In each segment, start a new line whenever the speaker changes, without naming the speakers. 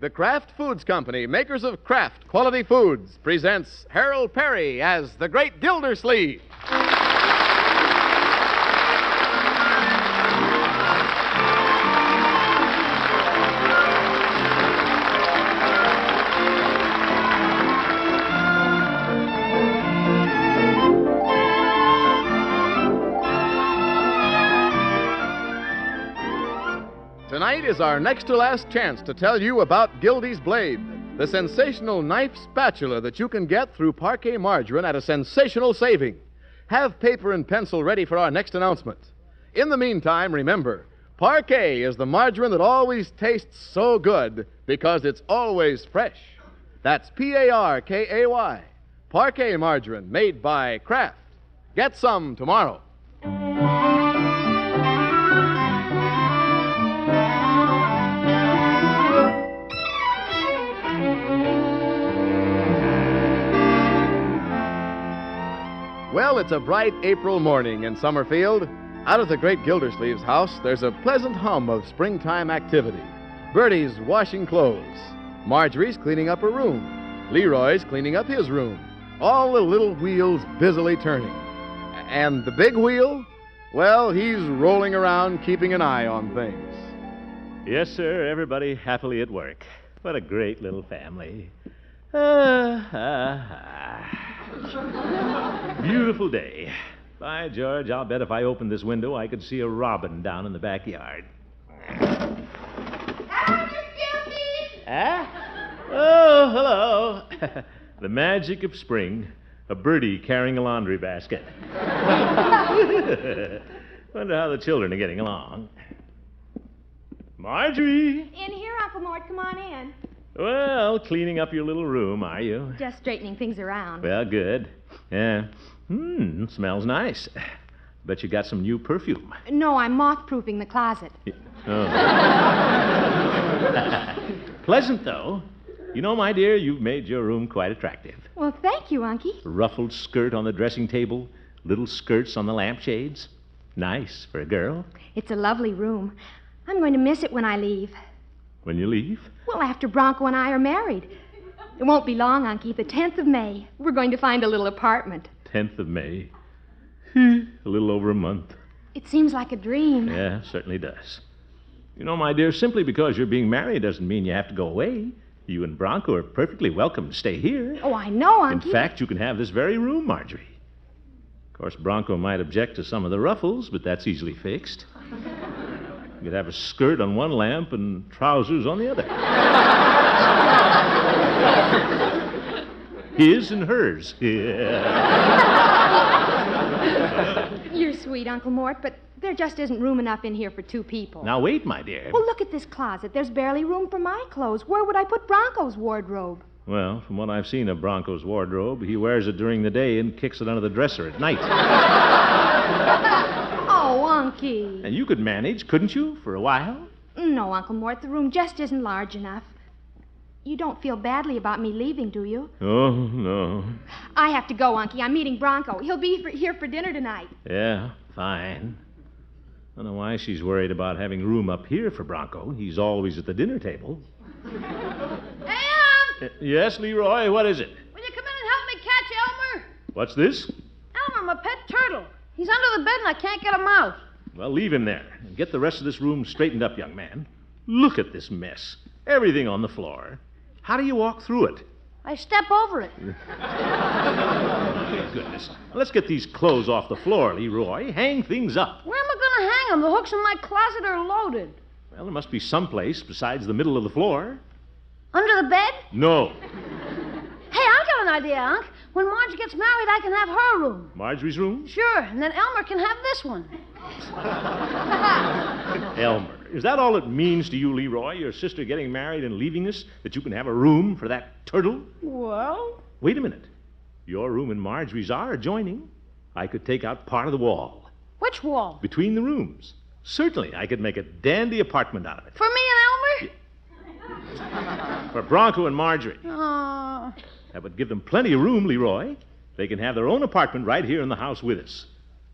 the Kraft Foods Company, makers of Kraft Quality Foods, presents Harold Perry as the Great Gildersleeve. Tonight is our next to last chance to tell you about Gildy's Blade, the sensational knife spatula that you can get through parquet margarine at a sensational saving. Have paper and pencil ready for our next announcement. In the meantime, remember, parquet is the margarine that always tastes so good because it's always fresh. That's P A R K A Y, parquet margarine made by Kraft. Get some tomorrow. Well, it's a bright April morning in Summerfield. Out of the great Gildersleeve's house, there's a pleasant hum of springtime activity. Bertie's washing clothes. Marjorie's cleaning up her room. Leroy's cleaning up his room. All the little wheels busily turning. A- And the big wheel? Well, he's rolling around keeping an eye on things.
Yes, sir. Everybody happily at work. What a great little family. Ah, ah, ah. Beautiful day. By George, I'll bet if I opened this window, I could see a robin down in the backyard. Huh? Eh? Oh, hello. the magic of spring. A birdie carrying a laundry basket. Wonder how the children are getting along. Marjorie!
In here, Uncle Mort. Come on in.
Well, cleaning up your little room, are you?
Just straightening things around.
Well, good. Yeah. Hmm, smells nice. Bet you got some new perfume. Oh.
No, I'm moth-proofing the closet.
Pleasant, though. You know, my dear, you've made your room quite attractive.
Well, thank you, Unky.
Ruffled skirt on the dressing table, little skirts on the lampshades. Nice for a girl.
It's a lovely room. I'm going to miss it when I leave.
When you leave?
Well, after Bronco and I are married. It won't be long, Unky. The 10th of May. We're going to find a little apartment.
10th of May. Hmm, a little over a month.
It seems like a dream.
Yeah, certainly does. You know, my dear, simply because you're being married doesn't mean you have to go away. You and Bronco are perfectly welcome to stay here.
Oh, I know,
In
Unky.
fact, you can have this very room, Marjorie. Of course, Bronco might object to some of the ruffles, but that's easily fixed. You could have a skirt on one lamp and trousers on the other. His and hers. Yeah.
You're sweet, Uncle Mort, but there just isn't room enough in here for two people.
Now, wait, my dear.
Well, look at this closet. There's barely room for my clothes. Where would I put Bronco's wardrobe?
Well, from what I've seen of Bronco's wardrobe, he wears it during the day and kicks it under the dresser at night.
Oh, Unky.
And you could manage, couldn't you, for a while?
No, Uncle Mort, the room just isn't large enough. You don't feel badly about me leaving, do you?
Oh, no.
I have to go, Unky. I'm meeting Bronco. He'll be for, here for dinner tonight.
Yeah, fine. I don't know why she's worried about having room up here for Bronco. He's always at the dinner table.
Hey, Elm!
Uh, yes, Leroy, what is it?
Will you come in and help me catch Elmer?
What's this?
Elmer, my pet turtle. He's under the bed and I can't get him out.
Well, leave him there and get the rest of this room straightened up, young man. Look at this mess. Everything on the floor. How do you walk through it?
I step over it.
My goodness. Let's get these clothes off the floor, Leroy. Hang things up.
Where am I going to hang him? The hooks in my closet are loaded.
Well, there must be someplace besides the middle of the floor.
Under the bed?
No.
Hey, I got an idea, Unc. When Marge gets married, I can have her room.
Marjorie's room?
Sure, and then Elmer can have this one.
Elmer, is that all it means to you, Leroy? Your sister getting married and leaving us? That you can have a room for that turtle?
Well?
Wait a minute. Your room and Marjorie's are adjoining. I could take out part of the wall
Which wall?
between the rooms. Certainly, I could make a dandy apartment out of it
For me and
for Bronco and Marjorie.
Elmer?
That would give them plenty of room, Leroy. They can have their own apartment right here in the house with us.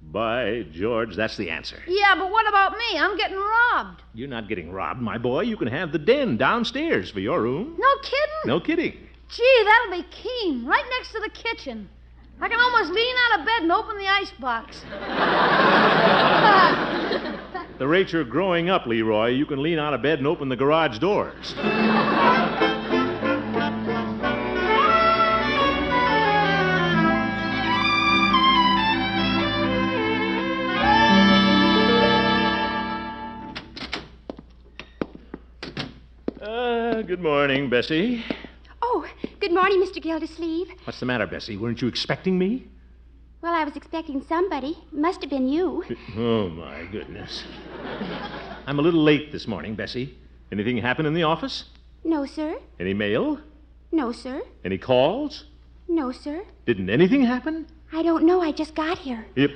By George, that's the answer.
Yeah, but what about me? I'm getting robbed.
You're not getting robbed, my boy. You can have the den downstairs for your room.
No kidding?
No kidding.
Gee, that'll be keen. Right next to the kitchen. I can almost lean out of bed and open the icebox.
The rate you're growing up, Leroy, you can lean out of bed and open the garage doors. Uh, good morning, Bessie.
Oh, good morning, Mr. Gildersleeve.
What's the matter, Bessie? Weren't you expecting me?
Well, I was expecting somebody. Must have been you.
Oh, my goodness. I'm a little late this morning, Bessie. Anything happen in the office?
No, sir.
Any mail?
No, sir.
Any calls?
No, sir.
Didn't anything happen?
I don't know. I just got here.
Yep.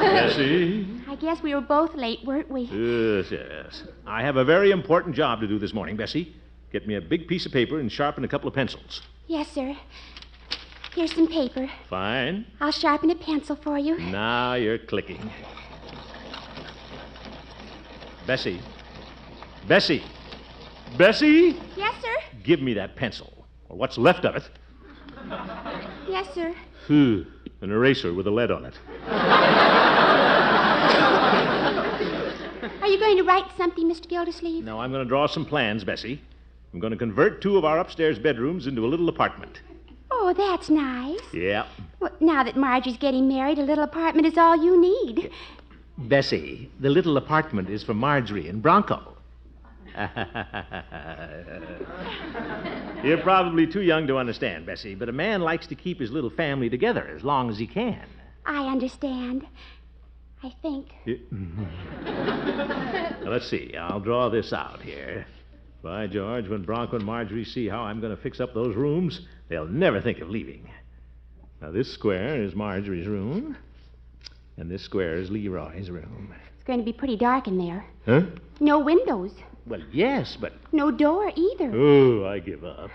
Bessie?
I guess we were both late, weren't we?
Yes, yes. I have a very important job to do this morning, Bessie. Get me a big piece of paper and sharpen a couple of pencils.
Yes, sir. Here's some paper.
Fine.
I'll sharpen a pencil for you.
Now you're clicking. Bessie. Bessie. Bessie?
Yes, sir.
Give me that pencil, or what's left of it.
Yes, sir.
Phew, an eraser with a lead on it.
Are you going to write something, Mr. Gildersleeve?
Now I'm going to draw some plans, Bessie. I'm going to convert two of our upstairs bedrooms into a little apartment.
Oh, that's nice.
Yeah.
Well, now that Margie's getting married, a little apartment is all you need.
Bessie, the little apartment is for Marjorie and Bronco. You're probably too young to understand, Bessie, but a man likes to keep his little family together as long as he can.
I understand. I think.
Now, let's see. I'll draw this out here. By George, when Bronco and Marjorie see how I'm going to fix up those rooms, they'll never think of leaving. Now, this square is Marjorie's room, and this square is Leroy's room.
It's going to be pretty dark in there.
Huh?
No windows.
Well, yes, but.
No door either.
Oh, I give up.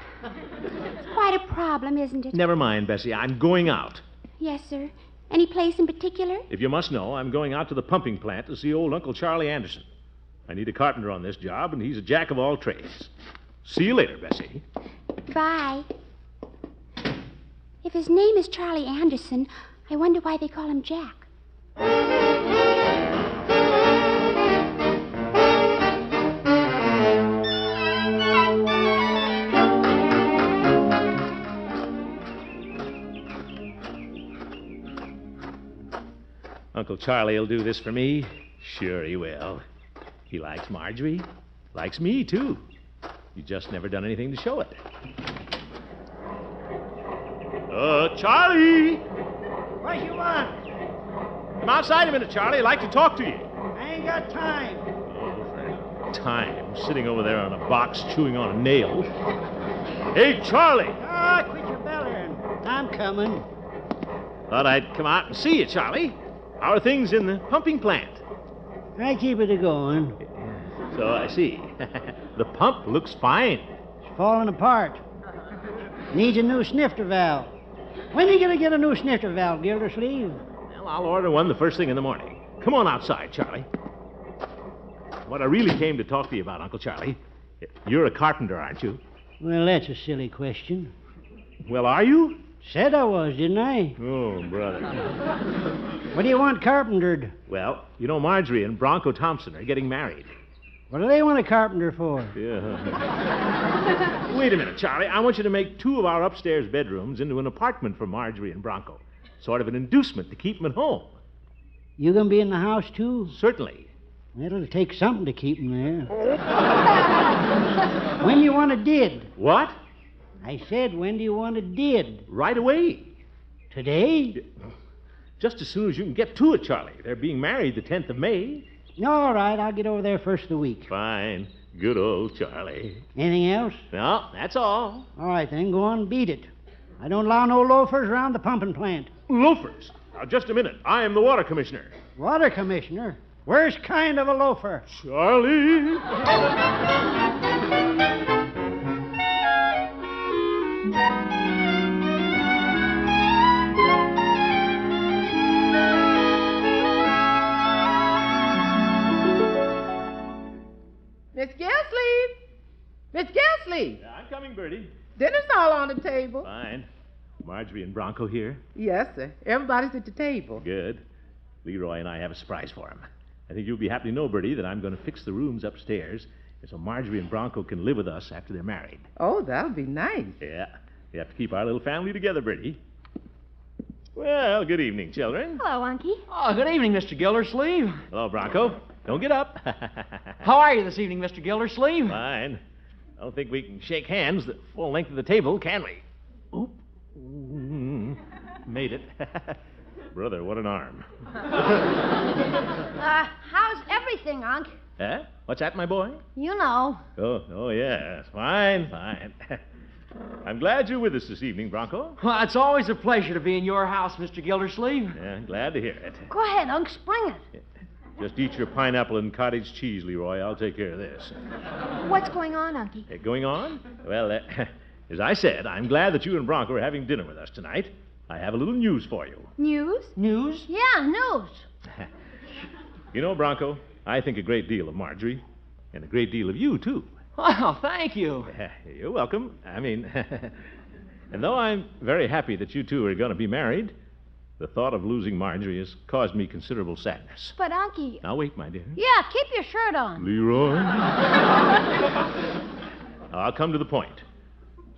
It's quite a problem, isn't it?
Never mind, Bessie. I'm going out.
Yes, sir. Any place in particular?
If you must know, I'm going out to the pumping plant to see old Uncle Charlie Anderson. I need a carpenter on this job, and he's a jack of all trades. See you later, Bessie.
Bye. If his name is Charlie Anderson, I wonder why they call him Jack.
Uncle Charlie will do this for me. Sure he will. He likes Marjorie. Likes me, too. He's just never done anything to show it. Uh, Charlie!
What you want?
Come outside a minute, Charlie. I'd like to talk to you.
I ain't got time.
Time, sitting over there on a box chewing on a nail. Hey, Charlie!
Ah, quit your bellering. I'm coming.
Thought I'd come out and see you, Charlie. How are things in the pumping plant?
I keep it a going.
So I see. the pump looks fine.
It's falling apart. Needs a new snifter valve. When are you gonna get a new snifter valve, Gildersleeve?
Well, I'll order one the first thing in the morning. Come on outside, Charlie. What I really came to talk to you about, Uncle Charlie, you're a carpenter, aren't you?
Well, that's a silly question.
Well, are you?
Said I was, didn't I?
Oh, brother.
What do you want carpentered?
Well, you know, Marjorie and Bronco Thompson are getting married.
What do they want a carpenter for?
Yeah. Wait a minute, Charlie. I want you to make two of our upstairs bedrooms into an apartment for Marjorie and Bronco. Sort of an inducement to keep them at home.
You gonna be in the house too?
Certainly.
It'll take something to keep 'em there. when do you want a did?
What?
I said, when do you want a did?
Right away.
Today?
Just as soon as you can get to it, Charlie. They're being married the 10th of May.
All right, I'll get over there first of the week.
Fine. Good old Oh. Charlie.
Anything else?
No, that's all.
All right, then go on, beat it. I don't allow no loafers around the pumping plant.
Loafers. Now, just a minute. I am the water commissioner.
Water commissioner? Worst kind of a loafer.
Charlie.
Miss Gilsleeve! Miss Gilsleeve!
I'm coming, Bertie.
Dinner's all on the table.
Fine. Marjorie and Bronco here.
Yes, sir. Everybody's at the table.
Good. Leroy and I have a surprise for him. I think you'll be happy to know, Bertie, that I'm going to fix the rooms upstairs so Marjorie and Bronco can live with us after they're married.
Oh, that'll be nice.
Yeah. We have to keep our little family together, Bertie. Well, good evening, children.
Hello, Unky.
Oh, good evening, Mr. Gildersleeve.
Hello, Bronco. Don't get up.
How are you this evening, Mr. Gildersleeve?
Fine. I don't think we can shake hands the full length of the table, can we? Oop. Mm, Made it. Brother, what an arm.
Uh, how's everything, Unc?
Eh?
Huh? What's that, my boy?
You know.
Oh, oh, yes. Fine, fine. I'm glad you're with us this evening, Bronco.
Well, it's always a pleasure to be in your house, Mr. Gildersleeve.
Yeah, glad to hear it.
Go ahead, Unc, spring it.
Just eat your pineapple and cottage cheese, Leroy. I'll take care of this.
What's going on, Unky?
Uh, going on? Well, uh, as I said, I'm glad that you and Bronco are having dinner with us tonight. I have a little news for you.
News?
News?
Yeah, news.
You know, Bronco, I think a great deal of Marjorie, and a great deal of you, too. Uh,
Oh, thank you.
You're welcome. I mean, and though I'm very happy that you two are going to be married, the thought of losing Marjorie has caused me considerable sadness.
But, Unky,
Now, wait, my dear.
Yeah, keep your shirt on.
Leroy? I'll come to the point.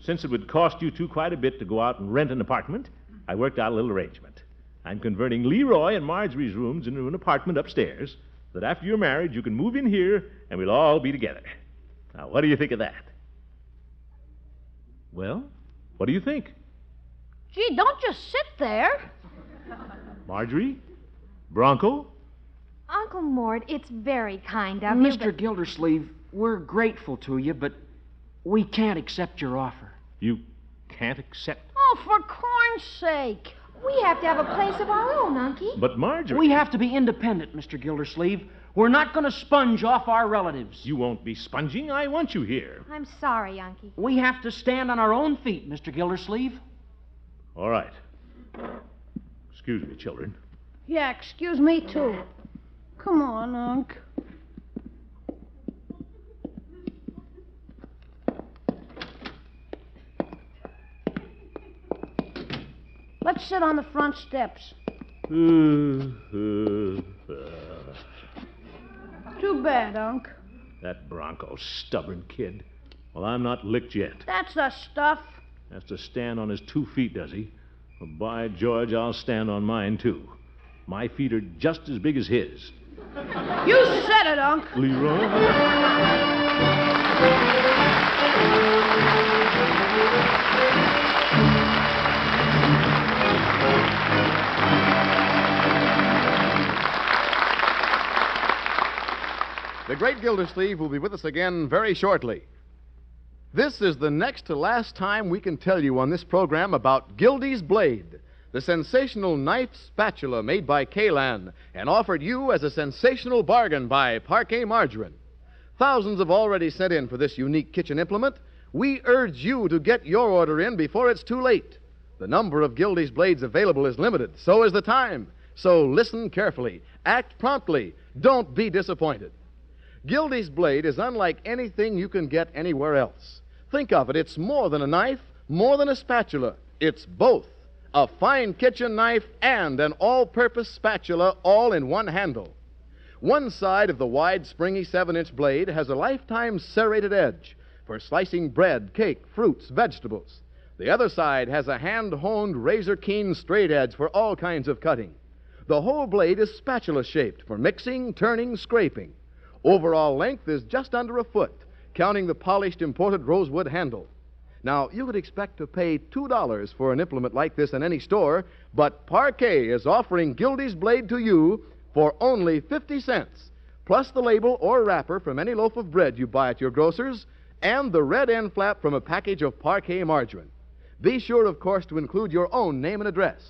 Since it would cost you two quite a bit to go out and rent an apartment, I worked out a little arrangement. I'm converting Leroy and Marjorie's rooms into an apartment upstairs so that after you're married, you can move in here and we'll all be together. Now, what do you think of that? Well, what do you think?
Gee, don't just sit there.
Marjorie? Bronco?
Uncle Mort, it's very kind of you.
Mr. Gildersleeve, we're grateful to you, but we can't accept your offer.
You can't accept.
Oh, for corn's sake.
but We have to have a place of our own, Unky.
But Marjorie.
We have to be independent, Mr. Gildersleeve. We're not going to sponge off our relatives.
You won't be sponging. I want you here.
I'm sorry, Unky.
We have to stand on our own feet, Mr. Gildersleeve.
All right. Excuse me, children.
Yeah, excuse me, too. Come on, Unc. Let's sit on the front steps. Too bad, Unc.
that Bronco, stubborn kid. Well, I'm not licked yet.
That's the stuff.
Has to stand on his two feet, does he? Well, by George, I'll stand on mine, too. My feet are just as big as his.
You said it, Unc.
Leroy?
The great Gildersleeve will be with us again very shortly. This is the next to last time we can tell you on this program about Gildy's Blade, the sensational knife spatula made by Kalan and offered you as a sensational bargain by Parquet Margarine. Thousands have already sent in for this unique kitchen implement. We urge you to get your order in before it's too late. The number of Gildy's blades available is limited, so is the time. So listen carefully, act promptly, don't be disappointed. Gildy's blade is unlike anything you can get anywhere else. Think of it, it's more than a knife, more than a spatula. It's both a fine kitchen knife and an all purpose spatula all in one handle. One side of the wide, springy 7 inch blade has a lifetime serrated edge for slicing bread, cake, fruits, vegetables. The other side has a hand honed, razor keen straight edge for all kinds of cutting. The whole blade is spatula shaped for mixing, turning, scraping. Overall length is just under a foot, counting the polished imported rosewood handle. Now, you could expect to pay $2 for an implement like this in any store, but Parquet is offering Gildy's Blade to you for only 50 cents, plus the label or wrapper from any loaf of bread you buy at your grocer's, and the red end flap from a package of Parquet margarine. Be sure, of course, to include your own name and address.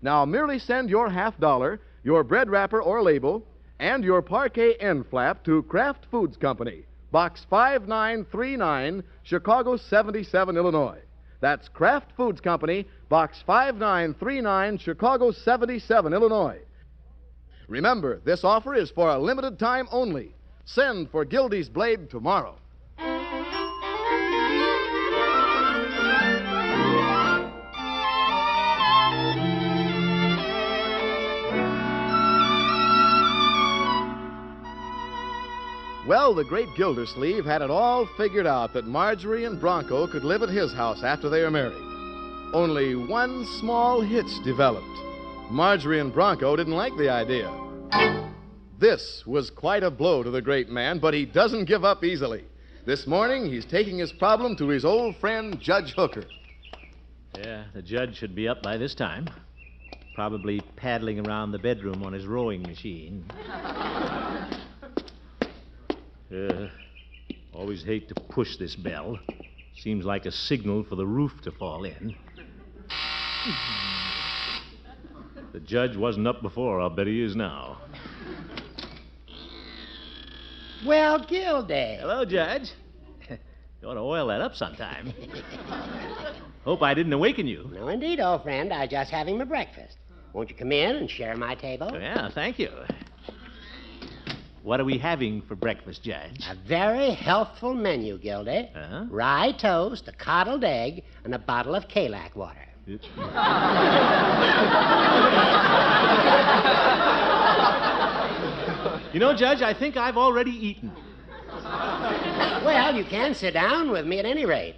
Now, merely send your half dollar, your bread wrapper or label, and your parquet end flap to Kraft Foods Company, Box 5939, Chicago 77, Illinois. That's Kraft Foods Company, Box 5939, Chicago 77, Illinois. Remember, this offer is for a limited time only. Send for Gildy's Blade tomorrow. Well, the great Gildersleeve had it all figured out that Marjorie and Bronco could live at his house after they were married. Only one small hitch developed. Marjorie and Bronco didn't like the idea. This was quite a blow to the great man, but he doesn't give up easily. This morning, he's taking his problem to his old friend, Judge Hooker.
Yeah, the judge should be up by this time. Probably paddling around the bedroom on his rowing machine. Yeah, Uh, always hate to push this bell. Seems like a signal for the roof to fall in. The judge wasn't up before, I'll bet he is now.
Well, Gildy.
Hello, Judge. You ought to oil that up sometime. Hope I didn't awaken you.
No, indeed, old friend. I was just having my breakfast. Won't you come in and share my table?
Oh, Yeah, thank you. What are we having for breakfast, Judge? Uh-huh.
A very healthful menu, Gildy.
Huh?
Rye toast, a coddled egg, and a bottle of Kalak water.
You know, Judge, I think I've already eaten.
Well, you can sit down with me at any rate.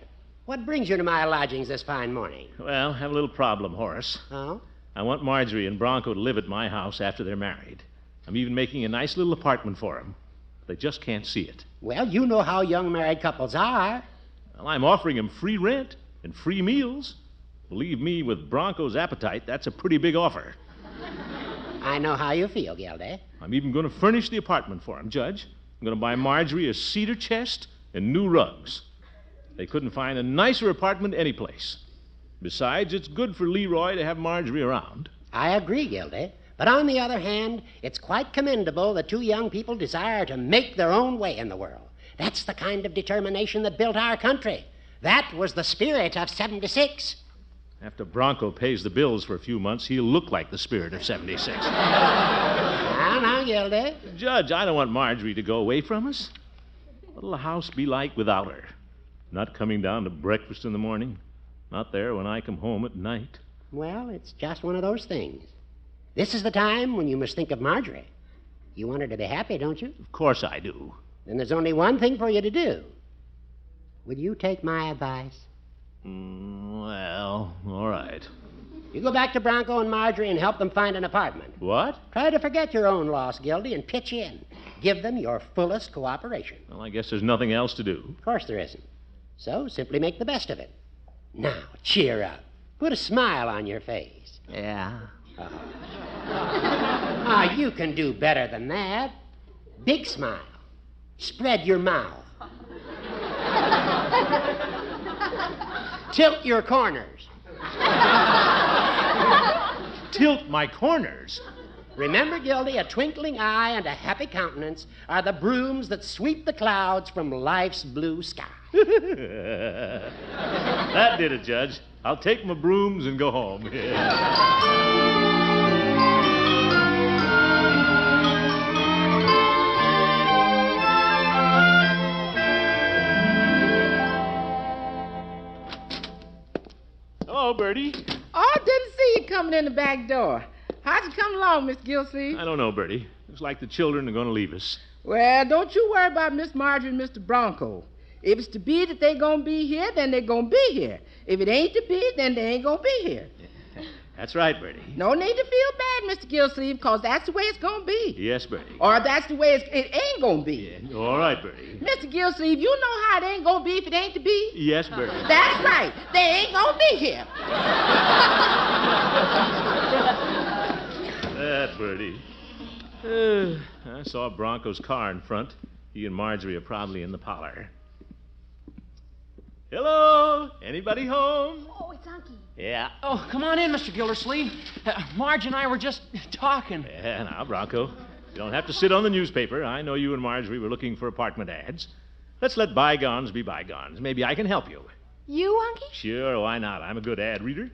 What brings you to my lodgings this fine morning?
Well, I have a little problem, Horace.
Oh?
I want Marjorie and Bronco to live at my house after they're married. I'm even making a nice little apartment for them. They just can't see it.
Well, you know how young married couples are.
Well, I'm offering them free rent and free meals. Believe me, with Bronco's appetite, that's a pretty big offer.
I know how you feel, Gildy.
I'm even going to furnish the apartment for him, Judge. I'm going to buy Marjorie a cedar chest and new rugs. They couldn't find a nicer apartment anyplace. Besides, it's good for Leroy to have Marjorie around.
I agree, Gildy. But on the other hand, it's quite commendable that two young people desire to make their own way in the world. That's the kind of determination that built our country. That was the spirit of 76.
After Bronco pays the bills for a few months, he'll look like the spirit of 76.
Now, now, Gildy.
Judge, I don't want Marjorie to go away from us. What'll the house be like without her? Not coming down to breakfast in the morning, not there when I come home at night.
Well, it's just one of those things. This is the time when you must think of Marjorie. You want her to be happy, don't you?
Of course I do.
Then there's only one thing for you to do. Will you take my advice?
Mm, well, all right.
You go back to Bronco and Marjorie and help them find an apartment.
What?
Try to forget your own loss, Gildy, and pitch in. Give them your fullest cooperation.
Well, I guess there's nothing else to do.
Of course there isn't. So simply make the best of it. Now, cheer up. Put a smile on your face.
Yeah.
Ah, you can do better than that. Big smile. Spread your mouth. Tilt your corners.
Tilt my corners.
Remember, Gildy, a twinkling eye and a happy countenance are the brooms that sweep the clouds from life's blue sky.
that did it, Judge. I'll take my brooms and go home. Hello, Bertie.
Oh, didn't see you coming in the back door. How'd you come along, Miss Gilsey?
I don't know, Bertie. Looks like the children are going to leave us.
Well, don't you worry about Miss Marjorie and Mr. Bronco. If it's to be that they gonna be here, then they gonna be here. If it ain't to be, then they ain't gonna be here.
That's right, Bertie.
No need to feel bad, Mr. Gilsleeve, 'cause that's the way it's gonna be.
Yes, Bertie.
Or that's the way it's, it ain't gonna be.
Yeah, All right, Bertie.
Mr. Gilsleeve, you know how it ain't gonna be if it ain't to be.
Yes, Bertie.
That's right. They ain't gonna be here.
That Bertie. Uh, I saw Bronco's car in front. He and Marjorie are probably in the parlor. Hello? Anybody home?
Oh, it's Unky.
Yeah.
Oh, come on in, Mr. Gildersleeve. Uh, Marge and I were just talking.
Yeah, Eh, now, Bronco. You don't have to sit on the newspaper. I know you and Marjorie were looking for apartment ads. Let's let bygones be bygones. Maybe I can help you.
You, Unky?
Sure, why not? I'm a good ad reader.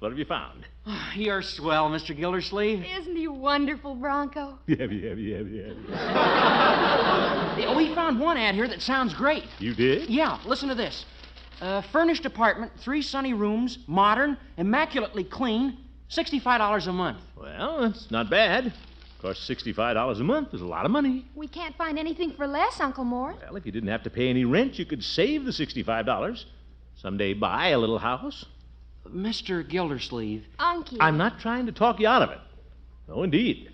What have you found?
You're swell, Mr. Gildersleeve.
Isn't he wonderful, Bronco?
Yep, yep, yep, yep.
Yeah, Oh, We found one ad here that sounds great.
You did?
Yeah, listen to this. Uh, furnished apartment, three sunny rooms, modern, immaculately clean, $65 a month.
Well, it's not bad. Of course, $65 a month is a lot of money.
We can't find anything for less, Uncle Mort.
Well, if you didn't have to pay any rent, you could save the $65. Someday buy a little house.
Mr. Gildersleeve,
Unky.
I'm not trying to talk you out of it. No, indeed.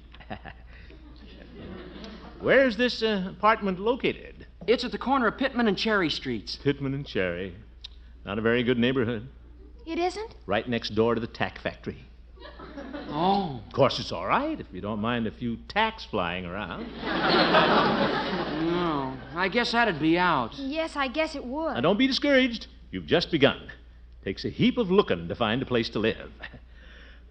Where's this uh, apartment located?
it's at the corner of Pittman and Cherry Streets.
Pittman and Cherry. Not a very good neighborhood.
It isn't?
Right next door to the tack factory.
Oh,
Of course, it's all right if you don't mind a few tacks flying around.
no. I guess that'd be out.
Yes, I guess it would.
Now, don't be discouraged. You've just begun. Takes a heap of looking to find a place to live.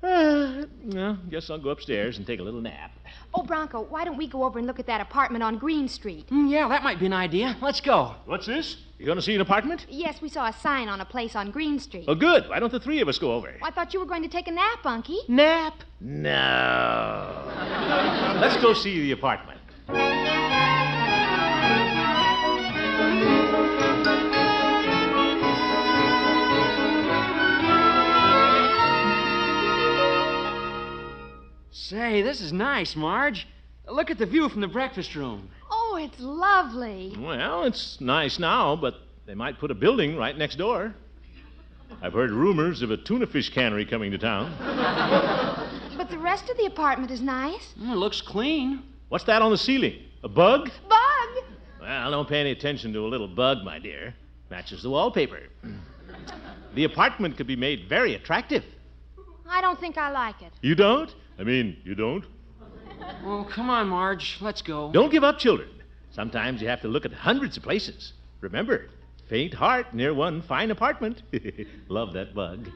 Uh, well, guess I'll go upstairs and take a little nap.
Oh, Bronco, why don't we go over and look at that apartment on Green Street?
Mm, yeah, that might be an idea. Let's go.
What's this? You going to see an apartment?
Yes, we saw a sign on a place on Green Street.
Well, good. Why don't the three of us go over?
I thought you were going to take a nap, Unky.
Nap.
No. Let's go see the apartment.
Say, this is nice, Marge. Look at the view from the breakfast room.
Oh, it's lovely.
Well, it's nice now, but they might put a building right next door. I've heard rumors of a tuna fish cannery coming to town.
But the rest of the apartment is nice.
Mm, looks clean.
What's that on the ceiling? A bug?
Bug!
Well, don't pay any attention to a little bug, my dear. Matches the wallpaper. The apartment could be made very attractive.
I don't think I like it.
You don't? I mean, you don't?
Oh, come on, Marge. Let's go.
Don't give up, children. Sometimes you have to look at hundreds of places. Remember, faint heart near one fine apartment. Love that bug.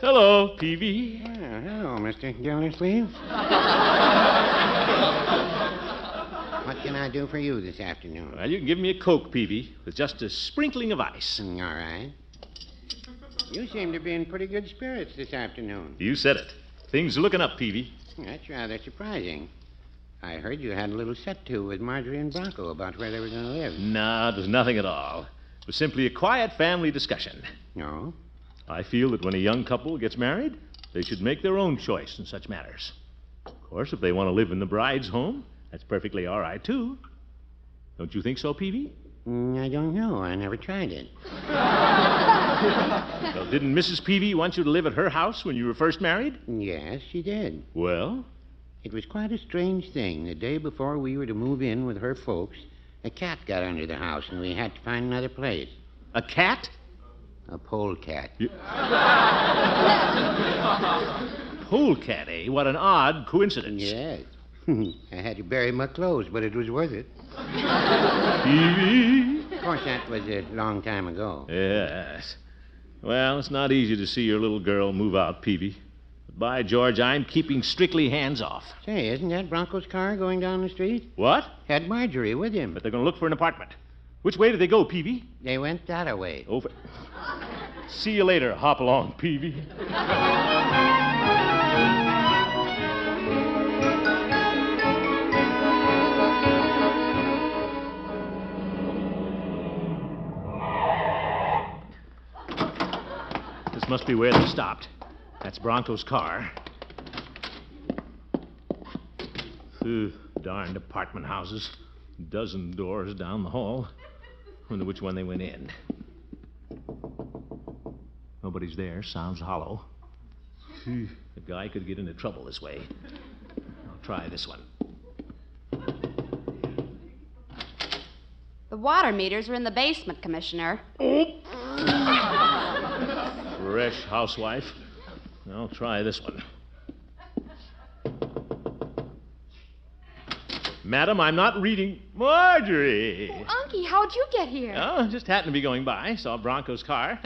Hello, PV.
hello, Mr. Gildersleeve. what can I do for you this afternoon?
Well, you can give me a Coke, Peavy, with just a sprinkling of ice.
Mm, All right. You seem to be in pretty good spirits this afternoon.
You said it. Things are looking up, Peavy.
That's rather surprising. I heard you had a little set to with Marjorie and Bronco about where they were going to live.
No, it was Ah, nothing at all. It was simply a quiet family discussion.
No?
I feel that when a young couple gets married, they should make their own choice in such matters. Of course, if they want to live in the bride's home, that's perfectly all right, too. Don't you think so, Peavy?
Mm, I don't know. I never tried it.
Well, didn't Mrs. Peavy want you to live at her house when you were first married?
Yes, she did.
Well,
It was quite a strange thing. The day before we were to move in with her folks, a cat got under the house and we had to find another place.
a cat?
A polecat.
Polecat, eh? What an odd coincidence.
Yes. I had to bury my clothes, but it was worth it.
Peavy!
Of course, that was a long time ago.
Yes. Well, it's not easy to see your little girl move out, Peavy. But by George, I'm keeping strictly hands off.
Say, isn't that Bronco's car going down the street?
What?
Had Marjorie with him.
But they're going to look for an apartment. Which way do they go, Peavy?
They went that a way.
Over. See you later. Hop along, Peavy. This must be where they stopped. That's Bronco's car. Ugh, darned apartment houses. Dozen doors down the hall. Wonder which one they went in. Nobody's there. Sounds hollow. Phew, the guy could get into trouble this way. I'll try this one.
The water meters are in the basement, Commissioner.
Fresh housewife. I'll try this one. Madam, I'm not reading. Marjorie!
Unky, how'd you get here?
Oh, just happened to be going by. Saw Bronco's car.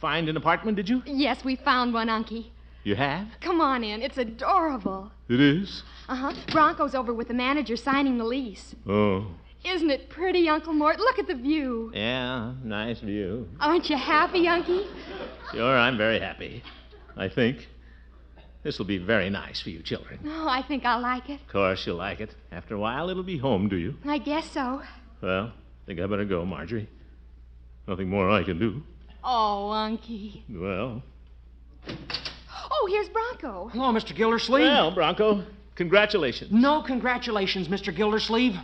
find an apartment, did you?
Yes, we found one, Unky.
You have?
Come on in. It's adorable.
It is.
Uh huh. Bronco's over with the manager signing the lease.
Oh.
Isn't it pretty, Uncle Mort? Look at the view.
Yeah, nice view.
Aren't you happy, Unky?
Sure, I'm very happy. I think. This will be very nice for you children.
Oh, I think I'll like it.
Of course, you'll like it. After a while, it'll be home to you.
I guess so.
Well, think I better go, Marjorie. Nothing more I can do.
Oh, Unky.
Well.
Oh, here's Bronco.
Hello, Mr. Gildersleeve.
Well, Bronco, congratulations.
No congratulations, Mr. Gildersleeve.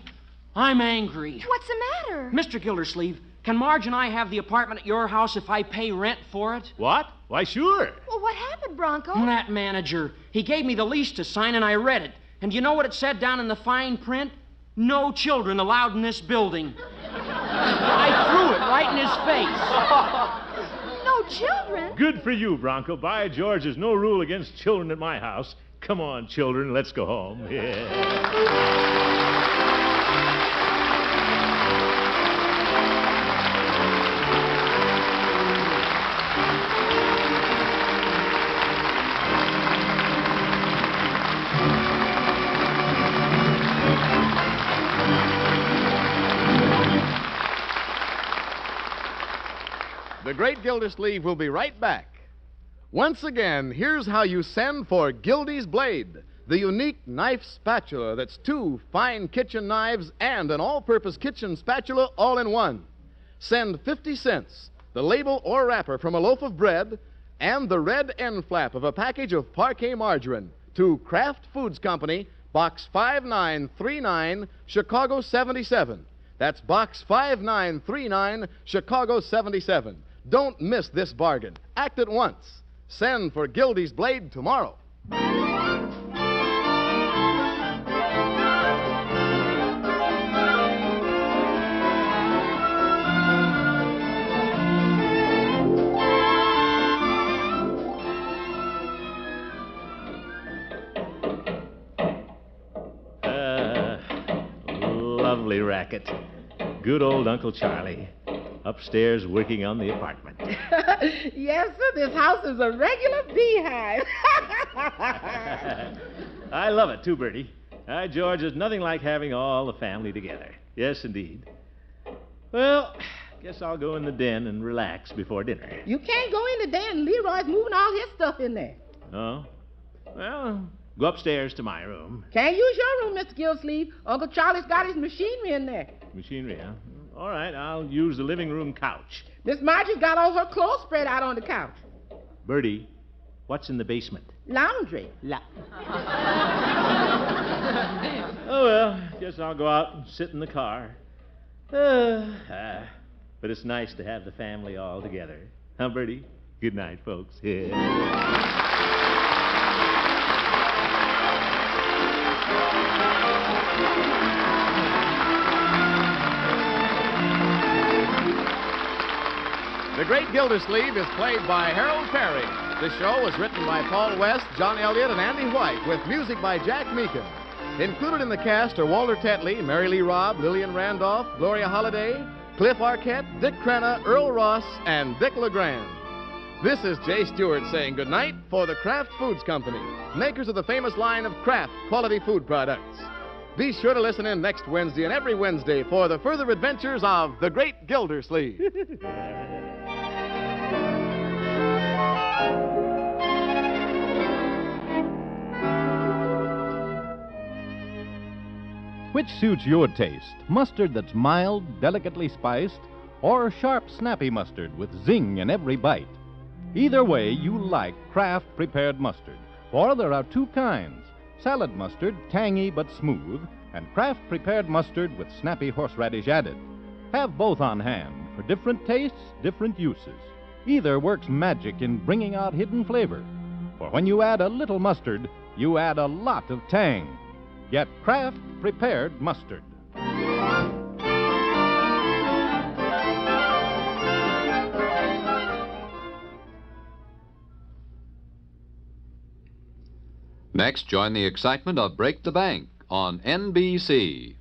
I'm angry.
What's the matter?
Mr. Gildersleeve, can Marge and I have the apartment at your house if I pay rent for it?
What? Why, sure.
Well, what happened, Bronco?
That manager. He gave me the lease to sign, and I read it. And you know what it said down in the fine print? No children allowed in this building. I threw it right in his face.
No children.
Good for you, Bronco. By George, there's no rule against children at my house. Come on, children, let's go home. Yeah.
The Great Gildersleeve will be right back. Once again, here's how you send for Gildy's Blade, the unique knife spatula that's two fine kitchen knives and an all purpose kitchen spatula all in one. Send 50 cents, the label or wrapper from a loaf of bread, and the red end flap of a package of parquet margarine to Kraft Foods Company, Box 5939, Chicago 77. That's Box 5939, Chicago 77. Don't miss this bargain. Act at once. Send for Gildy's Blade tomorrow.
Uh, lovely racket. Good old Uncle Charlie. Upstairs working on the apartment.
yes, sir, this house is a regular beehive.
I love it, too, Bertie. Hi, George, there's nothing like having all the family together. Yes, indeed. Well, guess I'll go in the den and relax before dinner.
you can't go in today and Leroy's moving all his stuff in there.
Oh? Well, go upstairs to my room.
Can't use your room, Mr. Gillsleeve. Uncle Charlie's got his machinery in there.
Machinery, huh? All right, I'll use the living room couch.
Miss Marjorie's got all her clothes spread out on the couch.
Bertie, what's in the basement?
Laundry. La-
Oh, well, guess I'll go out and sit in the car. Uh, ah, but it's nice to have the family all together. Huh, Bertie? Good night, folks. Yeah.
The Great Gildersleeve is played by Harold Perry. The show was written by Paul West, John Elliott, and Andy White, with music by Jack Meekin. Included in the cast are Walter Tetley, Mary Lee Robb, Lillian Randolph, Gloria Holliday, Cliff Arquette, Dick Crenna, Earl Ross, and Dick LeGrand. This is Jay Stewart saying goodnight for the Kraft Foods Company, makers of the famous line of Kraft quality food products. Be sure to listen in next Wednesday and every Wednesday for the further adventures of the Great Gildersleeve.
Uh.
Which suits your taste? Mustard that's mild, delicately spiced, or sharp, snappy mustard with zing in every bite? Either way, you like Kraft prepared mustard. For there are two kinds salad mustard, tangy but smooth, and Kraft prepared mustard with snappy horseradish added. Have both on hand for different tastes, different uses. Either works magic in bringing out hidden flavor. For when you add a little mustard, you add a lot of tang. Get Kraft prepared mustard.
Next, join the excitement of Break the Bank on NBC.